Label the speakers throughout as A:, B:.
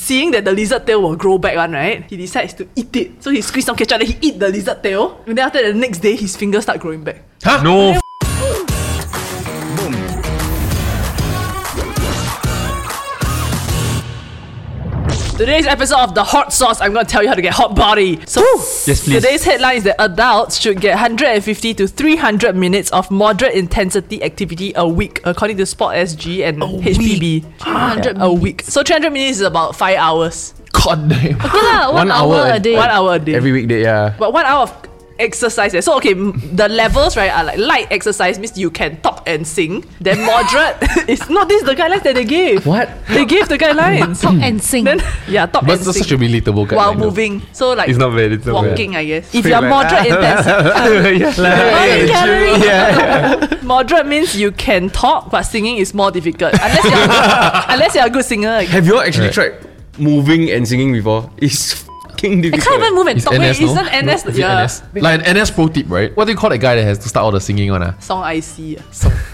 A: Seeing that the lizard tail will grow back one, right? He decides to eat it. So he squeezed some ketchup, then he eat the lizard tail. And then after the next day, his fingers start growing back.
B: Huh? No. f-
A: Today's episode of the hot sauce, I'm gonna tell you how to get hot body. So
B: Yes, please.
A: today's headline is that adults should get 150 to 300 minutes of moderate intensity activity a week, according to Sport SG and HPB.
C: 300
A: a week. So 300 minutes is about five hours.
B: God damn.
C: lah, one hour a day.
A: One hour a day.
B: Every weekday, yeah.
A: But one hour of exercise. eh. So okay, m- the levels right are like light exercise means you can talk and sing. Then moderate is not this is the guidelines that they gave.
B: What?
A: They gave the guidelines.
C: Talk and sing.
A: then yeah, talk
B: But
A: and
B: that's
A: sing
B: such a relatable guy.
A: while moving. So like
B: It's not bad, it's not bad.
A: walking, I guess. If you're moderate intensity,
B: yeah,
A: Hey, Jerry.
B: yeah.
A: moderate means you can talk, but singing is more difficult unless you're unless you're a good singer. I guess.
D: Have you all actually tried moving and singing before? It's fucking
A: I
D: difficult.
A: can't even move and
B: It's
A: talk. Wait,
B: NS, no?
A: isn't NS
B: Is it
A: yeah,
B: NS? Like an NS pro tip, right? What do you call that guy that has to start all the singing one? Ah,
A: song I see?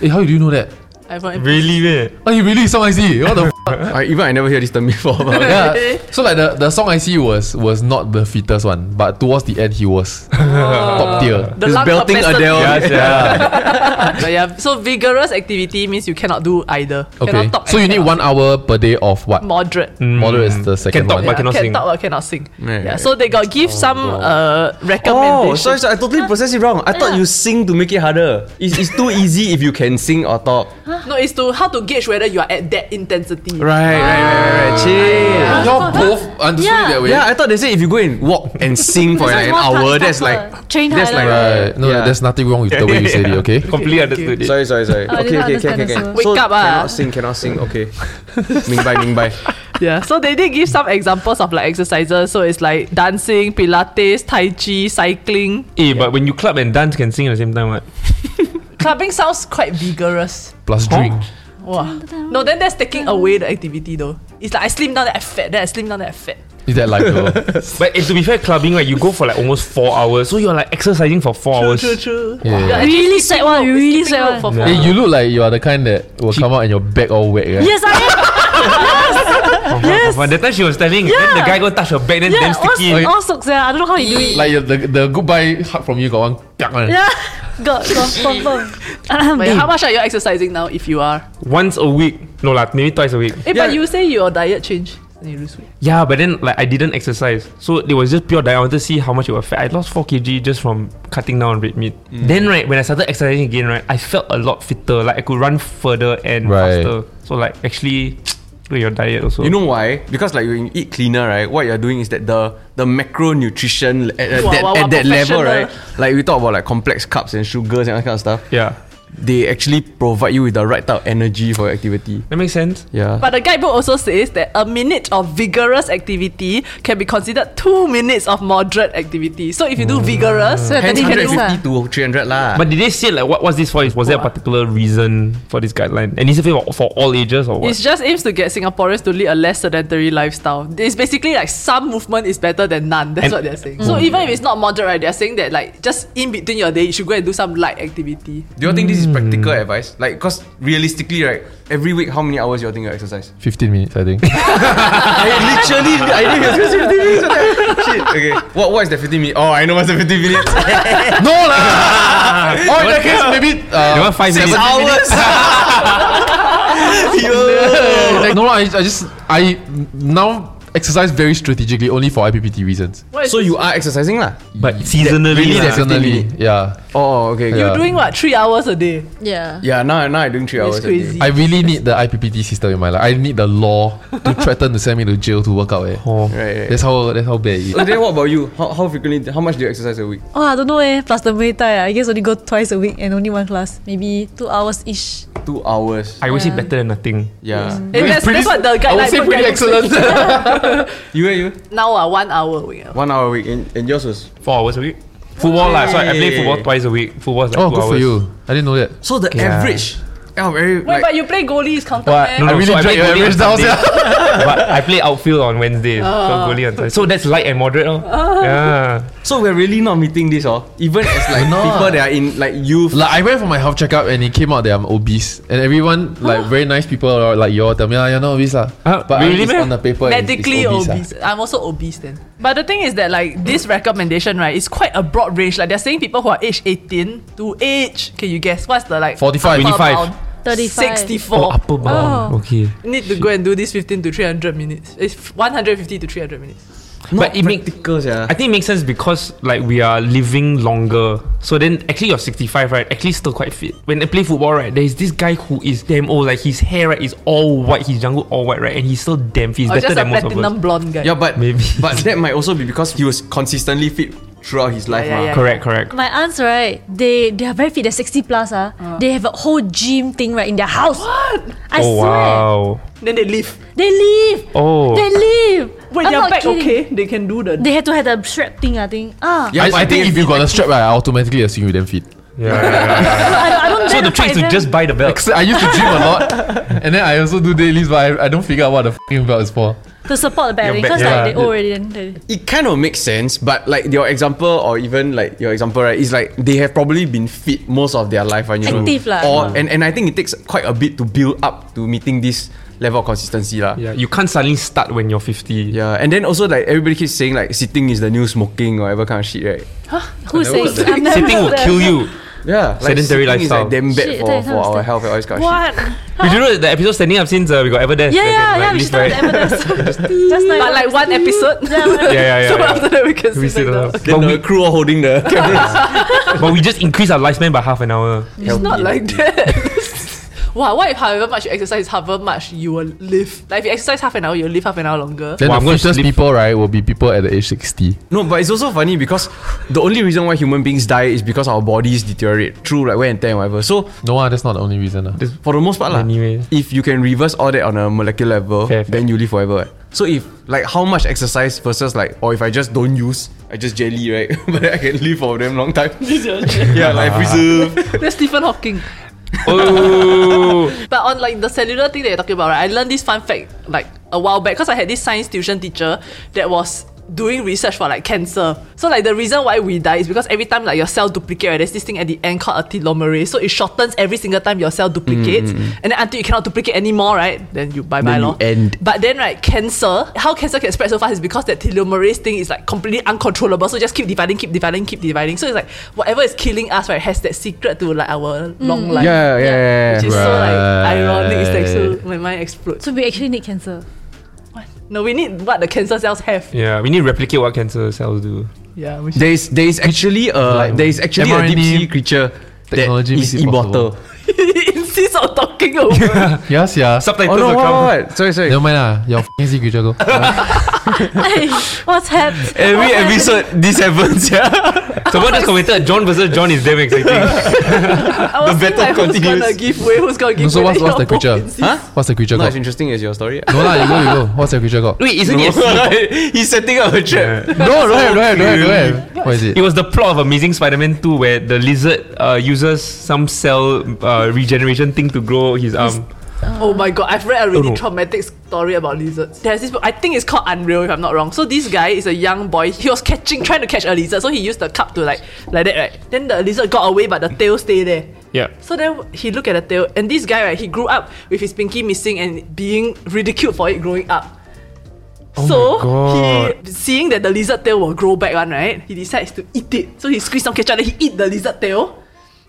B: hey, how do you know that?
A: I've heard-
E: Really man.
B: Oh, he really song I see. What the? f-
D: I, even I never hear this term before. but-
B: yeah. So like the, the song I see was was not the fittest one, but towards the end he was top tier.
A: Oh. the
D: He's
A: lung
D: belting
A: capacity.
D: Adele.
A: But yeah, so vigorous activity means you cannot do either.
B: Okay.
A: Cannot talk
B: So you
A: and
B: need Mm,
A: cannot
B: one hour per day of what?
A: moderate.
B: Moderate is the second
E: Can talk
B: one.
E: but cannot
A: Mm. can
E: sing.
A: talk but cannot sing.
D: Yeah,
A: yeah,
D: yeah,
A: so they got give some uh recommendation.
D: Oh, sorry, sorry. I totally processed it wrong. I thought you sing to make it harder. It's, it's too easy if you can sing or talk.
A: No, it's to how to gauge whether you are at that intensity.
D: Right, right, right, right.
A: Ah.
D: Chill.
B: Y'all both understood
C: Yeah.
B: it that way.
D: Yeah, I thought they said if you go and walk and sing for like an hour, that's like
C: train
D: that's like uh,
B: Right. Uh, No,
D: Yeah.
B: there's nothing wrong with the way you said it. Okay.
E: Completely understood it.
D: Sorry, sorry, sorry.
A: Oh,
C: I
D: okay,
C: didn't
D: okay, okay,
C: understand
D: okay, okay.
C: also.
A: Wake up, ah.
D: Cannot sing, cannot sing. Okay. mingbai, mingbai.
A: Yeah. So they did give some examples of like exercises. So it's like dancing, pilates, tai chi, cycling.
E: Eh, but when you clap and dance can sing at the same time, what?
A: Clubbing sounds quite vigorous.
B: Plus drink.
A: Wow. No, then that's taking away the activity though. It's like I slim down that I fat, then I slim down that I fat.
B: Is that like though?
E: But eh, to be fair, clubbing right, you go for like almost four hours, so you're like exercising for four hours.
A: True, true.
B: Yeah.
A: You're actually
C: Really
A: skipping
C: sad one,
A: rope,
C: really
A: skipping
C: sad
A: rope
C: one.
A: for four
B: Hey, you look like you are the kind that will come out and your back all wet. Right?
C: Yes, I
E: yes. Uh-huh, That time she was telling, then the guy go touch her back, then
C: am.
E: damn
C: yeah,
E: sticky.
C: all, all socks. Yeah, I don't know how you do it.
B: Like your- the the goodbye hug from you got one. piak one.
C: Yeah, got got confirm.
A: Wait, how much are you exercising now if you are?
E: Once a week, no lah, maybe twice a week.
A: Eh,
D: Yeah.
A: but you say your diet changed. and you lose weight.
E: Yeah, but then like I didn't exercise, so it was just pure diet. I wanted to see how much it would affect. I lost four kg just from cutting down on red meat. Then right when I started exercising again, right, I felt a lot fitter. Like I could run further and
B: Right.
E: faster. So like actually, with your diet also.
D: You know why? Because like when you eat cleaner, right? What you're doing is that the the macronutrition at, at
A: Wow,
D: that,
A: wow, wow,
D: at that level, right?
A: professional.
D: Like we talk about like complex carbs and sugars and all that kind of stuff.
E: Yeah,
D: They actually provide you with the right type of energy for your activity.
E: that makes sense.
D: Yeah.
A: But the guidebook also says that a minute of vigorous activity can be considered two minutes of moderate activity. So if you do vigorous,
C: So
D: Hence
A: then you can do
D: 150 to 300 lah.
E: But did they say like what was this for? Is Was there a particular reason for this guideline? And is it for, for all ages or what?
A: it just aims to get Singaporeans to lead a less sedentary lifestyle. It's basically like some movement is better than none. That's
E: And-
A: what they're
D: Hmm.
A: saying. So even if it's not moderate, right, they're saying that like just in between your day, you should go and do some light activity.
D: do you think this is
E: Hmm.
D: practical advice? Like, cause realistically, right? Every week, how many hours do you think you exercise?
B: Fifteen minutes, I think.
D: I literally, I didn't exercise 15 minutes. what the- Shit. Okay. What What is the 15 minutes? Oh, I know what's the 15 minutes.
B: no lah. oh, in that case, maybe
E: That
B: uh,
E: one five
D: Six
E: minutes.
D: hours.
B: like, no, lah, I, I just I now exercise very strategically only for IPPT reasons.
A: What is
D: so
A: this?
D: you are exercising lah?
E: But seasonally,
D: really
E: lah.
D: that's- 15
B: Definitely,
D: minutes.
B: yeah.
D: Oh, okay. okay.
B: You
A: doing what? Three hours a day.
C: Yeah.
D: Yeah, now, now I'm doing three
A: It's
D: hours. a day.
A: crazy.
B: I really need the IPPT system in my life. I need the law to threaten to send me to jail to work out. Eh.
E: Oh.
D: Right, right.
B: That's how that's how bad it is.
D: So then what about you? How, how frequently, how much do you exercise a week?
C: Oh, I don't know eh. Plus the Muay Thai, I guess only go twice a week and only one class, maybe two hours ish.
D: two hours.
E: I would say better than nothing.
D: Yeah.
A: Eh, that's,
B: Pretty-
A: that's what the guideline
B: I would say
A: for
B: pretty
A: guidance is.
B: excellent.
D: You and you?
A: Now uh, one hour we uh,
D: One hour a week. And, and yours was.
E: Four hours a week. Football lah. So I, I play
D: Hey.
E: football twice a week. Football's like
B: oh,
E: two
B: good
E: hours.
B: for you. I didn't know that.
D: So the
E: Yeah.
D: average. Yeah, very.
A: Wait,
D: like,
A: but you play goalies counter
B: What?
A: man.
B: I
E: No, no,
B: really
E: so I
B: dragged
E: play
B: your
E: goalie
B: average down.
E: on Sunday.
B: sia.
E: but I play outfield on Wednesday. so
A: Oh.
E: goalie on Thursday. So that's light and moderate. Oh. Yeah.
D: so we're really not meeting this, oh. Even as like
B: We're not.
D: people that are in like youth.
B: Like I went for my health checkup and it came out that I'm obese and everyone like very nice people or like you all tell me "Ah, you're not obese lah.
E: Ah,
B: but
E: really
B: I, it's
E: meh?
B: on the paper it's- it's
A: medically
B: obese,
A: obese.
B: ah.
A: I'm also obese then. But the thing is that like this recommendation, right, is quite a broad range. Like they're saying people who are age 18 to age, can you guess what's the like
B: 45.
A: upper
E: 25.
A: bound?
C: 35.
A: 64.
E: Oh, upper bound.
C: Oh.
E: Okay.
A: Need to go and do this 15 to 300 minutes. It's f- 150 to 300 minutes.
D: not
E: but it make-
D: practicals, yeah.
E: I think it makes sense because like we are living longer. So then actually you're 65, right? Actually still quite fit. When I play football, right, there is this guy who is damn old. Like his hair right is all white, his jungle all white, right? And he's still damn fit. He's
C: Oh,
A: Or
E: better
A: Oh, just a
E: than most of
A: platinum
E: us.
A: blonde guy.
D: yeah, but
E: Maybe.
D: but that might also be because he was consistently fit throughout his life,
A: yeah,
D: mah.
A: yeah.
E: Correct, correct.
C: My aunts, right? They they are very fit. They're sixty plus. Ah, they have a whole gym thing right in their house. What? I
E: oh
C: swear,
E: wow.
A: Then they leave.
C: they live.
E: Oh.
C: They live.
A: When
C: I'm
A: they're
C: not
A: back,
C: kidding.
A: okay, they can do the.
C: They had to have the strap thing. I think. Ah,
D: Yeah,
B: I,
D: so
B: I
D: they
B: think if
D: have
B: you got a strap, right, I automatically assume you damn fit.
E: Yeah, yeah, yeah.
C: I, don't- I don't.
E: so
C: dare
E: the
C: to
E: trick is
C: fight
E: to
C: them.
E: just buy the belt.
B: Except I used to gym a lot, and then I also do dailies, but I, I don't figure out what the fucking belt is for.
C: to support the battery
E: back-
C: because
E: yeah.
C: like they old already. Then they,
D: it kind of makes sense, but like your example or even like your example, right, is like they have probably been fit most of their life, and you know,
C: Active lah.
D: or and, and I think it takes quite a bit to build up to meeting this level of consistency, lah.
E: Yeah, you can't suddenly start when you're 50.
D: Yeah, and then also like everybody keeps saying like sitting is the new smoking or whatever kind of shit, right?
C: who says? I've never
E: Sitting will
C: heard
E: kill
C: that.
E: you.
D: Yeah, like sitting
E: Sedentary
D: is
E: lifestyle.
D: like damn bad
C: Shit,
D: for,
C: that
D: for our
C: sounds-
D: health and all this kind of shit.
C: What?
E: Did you know the episode standing up since uh, we got ever there?
C: Yeah, yeah, yeah. We should start with the evidence. Just
A: But like one episode.
E: Yeah, yeah, yeah.
A: so
E: yeah.
A: after that we can
E: We
A: sit
E: sit
A: back down.
E: up.
D: Then
E: But
D: the
E: we,
D: crew are holding the cameras.
E: but we just increase our lifespan by half an hour.
A: It's not like that. wow, what if however much you exercise, however much you will live? Like if you exercise half an hour, you'll live half an hour longer.
B: Then
E: Well, I'm
B: the
E: gonna
B: fittest
E: sleep.
B: people, right, will be people at the age 60.
D: No, but it's also funny because the only reason why human beings die is because our bodies deteriorate through like wear and tear and whatever. So
B: No, ah, that's not the only reason. ah.
D: For the most part, lah.
E: Anyway.
D: if you can reverse all that on a molecular level,
E: Fair, fair.
D: then you live forever. eh. So if like how much exercise versus like, or if I just don't use, I just jelly, right? but then I can live for a damn long time. yeah, like preserve.
A: That's Stephen Hawking.
E: Oh,
A: But on like the cellular thing that you're talking about, right? I learned this fun fact like a while back because I had this science tuition teacher that was doing research for like cancer. So like the reason why we die is because every time like your cell duplicate, right, there's this thing at the end called a telomerase. So it shortens every single time your cell duplicates, and then until you cannot duplicate anymore, right? Then you bye bye
D: Mm. Then you
A: lor.
D: end.
A: But then right, cancer. How cancer can spread so fast is because that telomerase thing is like completely uncontrollable. So just keep dividing, keep dividing, keep dividing. So it's like whatever is killing us, right, has that secret to like our long life.
D: Yeah, yeah, yeah.
A: Which is so
B: Right.
A: like ironic. It's like so my mind explodes.
C: So we actually need cancer.
A: No, we need what the cancer cells have.
E: yeah. We need to replicate what cancer cells do.
A: Yeah, we should.
D: There is there is actually a there is actually a deep
B: mRNA
D: sea creature
B: technology
D: that
B: makes
D: is
B: it possible.
D: immortal.
A: insist on talking over.
B: Yes, yeah.
D: Oh
E: Subtitles
D: no,
E: will
D: what,
E: come.
D: what, what? Sorry, sorry.
B: Never mind, ah. Your fucking sea creature go.
C: What's happening?
D: Every episode this happens, yeah.
E: Someone just commented John versus John is damn exciting.
A: I was
D: The
A: thinking,
D: battle
A: like, Who's gonna
D: continues.
A: give way? Who's gonna give
B: No, so
A: way?
B: what's-
A: Then
B: what's
A: y'all
B: the
A: both
B: creature?
A: insist.
D: Huh?
B: What's the creature
D: Not as
B: called?
D: interesting as your story.
B: No lah, you go, you go. What's the creature called?
E: Wait, isn't it? a sequel?
D: He's setting up a trap.
B: No, don't have, don't have, don't have, don't have. What is
E: It
B: it?
E: was the plot of Amazing Spider-Man 2 where the lizard uh, uses some cell uh, regeneration thing to grow his arm.
A: Oh my god, I've read a
E: Oh,
A: really
E: no.
A: traumatic story about lizards. There's this book, I think it's called Unreal if I'm not wrong. So this guy is a young boy. He was catching trying to catch a lizard, so he used the cup to like like that, right? Then the lizard got away but the tail stayed there.
E: Yeah.
A: So then he looked at the tail, and this guy, right, he grew up with his pinky missing and being ridiculed for it growing up. so he seeing that the lizard tail will grow back one, right? He decides to eat it. So he squeezed some ketchup, then he eat the lizard tail.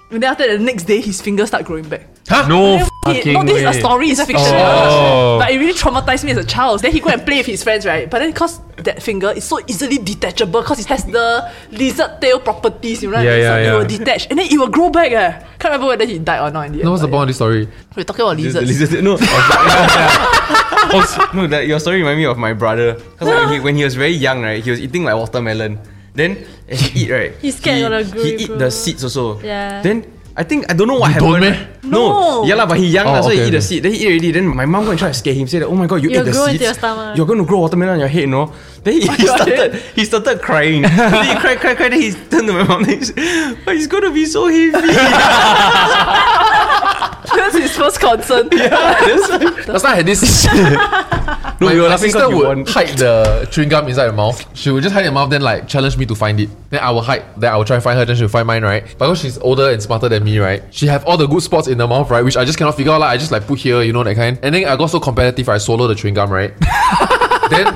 A: And then after that, the next day, his fingers start growing back.
E: No
A: Then he,
E: fucking
A: no, this is
E: way.
A: a story, it's a fiction.
E: Oh.
A: But it really traumatized me as a child. Then he go and play with his friends, right? But then because that finger is so easily detachable, because it has the lizard tail properties, you know? what I
E: Yeah,
A: mean?
E: yeah,
A: so
E: yeah.
A: it will detach and then it will grow back. Eh. Can't remember whether he died or not in the end.
B: No, what's the
A: but
B: point of this story?
A: yeah. We're talking about lizards.
D: Lizard. No. Oh, no, that, your story remind me of my brother. Because when, he, when he was very young, right, he was eating like watermelon. Then as he eat, right,
C: He scared
D: he,
C: gonna grow,
D: he eat
C: grow.
D: the seeds also.
C: Yeah.
D: Then I think I don't know what
B: You don't
D: happened.
B: meh?
D: No.
A: No.
D: Yeah, lah, but he young,
B: Oh,
D: lah, so he
B: okay,
D: eat the
B: okay.
D: seed. Then he eat already. Then my mom go and try to scare him, say that, oh my god, you
C: It'll
D: eat the
C: grow into
D: seeds.
C: your stomach."
D: You're gonna grow watermelon on your head, no? Then he, he started he started crying. then he cried, cried, cried, then he turned to my mom and he said, But he's gonna be so heavy.
A: That's his first concern.
B: Last time I had this. no,
D: you were
B: my
D: laughing
B: sister
D: 'cause you
B: would
D: won.
B: hide the chewing gum inside her mouth. She would just hide her mouth, then like challenge me to find it. Then I will hide. Then I will try and find her. Then she'll find mine, right? But because she's older and smarter than me, right? She have all the good spots in her mouth, right? Which I just cannot figure out. Like I just like put here, you know that kind. And then I got so competitive, I swallow the chewing gum, right? then.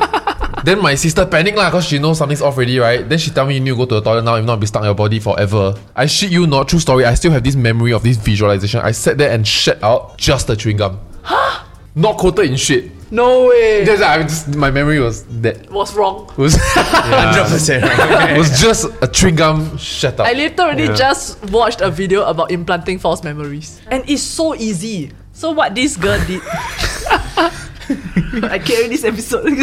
B: Then my sister panic lah, cause she knows something's off already, right? Then she tell me you need to go to the toilet now, if not it'll be stuck in your body forever. I shit you not, true story. I still have this memory of this visualization. I sat there and shit out just the chewing gum not quoted in shit.
A: No way.
B: Just, I just my memory was that
A: was wrong.
B: was
D: Hundred percent.
B: was just a chewing gum shut up.
A: I literally just watched a video about implanting false memories. And it's so easy. So what this girl did I carry this episode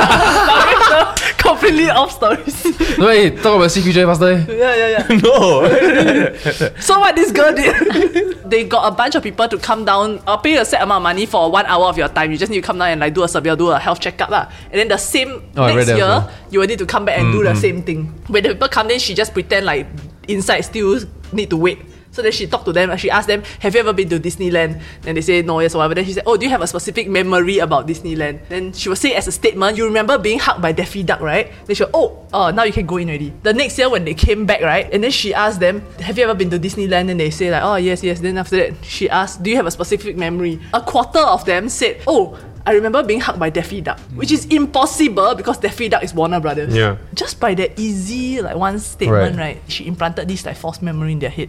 A: Director, completely off stories.
B: no, hey, talk about CQJ faster. eh.
A: yeah, yeah, yeah.
D: no.
A: So what this girl did, they got a bunch of people to come down, uh, pay a set amount of money for one hour of your time. You just need to come down and like do a survey, or do a health checkup lah. And then the same
B: Oh, I read
A: next
B: that
A: year,
B: as well.
A: you will need to come back and do the same thing. When the people come in, she just pretend like inside still need to wait. So then she talked to them and she asked them, Have you ever been to Disneyland? And they say, No, yes, or whatever. Then she said, Oh, do you have a specific memory about Disneyland? Then she will say, As a statement, you remember being hugged by Daffy Duck, right? Then she'll, Oh, uh, now you can go in already. The next year when they came back, right? And then she asked them, Have you ever been to Disneyland? And they say, like, Oh, yes, yes. Then after that, she asked, Do you have a specific memory? A quarter of them said, Oh, I remember being hugged by Daffy Duck, which is impossible because Daffy Duck is Warner Brothers.
E: Yeah.
A: Just by that easy like one statement,
B: Right.
A: right? she implanted this like false memory in their head.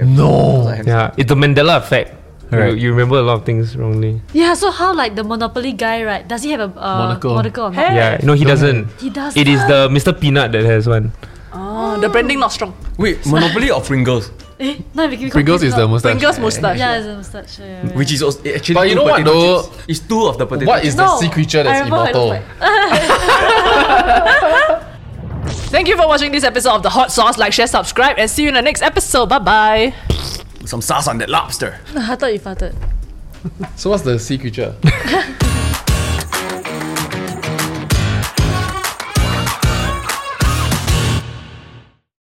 B: No,
E: Yeah, it's the Mandela effect.
B: Right.
E: You, you remember a lot of things wrongly.
C: Yeah, so how like the Monopoly guy, right? Does he have a uh,
B: Monocle.
C: monocle or not?
A: Hey.
E: Yeah, no, he doesn't.
C: He does
E: It is the Mr. Peanut that has one.
A: Oh, The branding not strong.
D: Wait, Monopoly or Pringles?
C: Eh, no, we, we
B: Pringles is the
C: confused
B: mustache.
A: Fingers moustache.
C: now. Yeah, it's a mustache. Yeah, yeah.
D: Which is also, eh, actually
B: But you
D: two
B: know what
D: potato
B: though?
D: chips. It's two of the potato
B: What is the
C: No,
B: sea creature
C: I
B: that's
C: remember what it
B: immortal?
C: looked
A: Thank you for watching this episode of The Hot Sauce. Like, share, subscribe, and see you in the next episode. Bye bye.
D: some sauce on that lobster.
C: I thought you farted.
B: So what's the sea creature?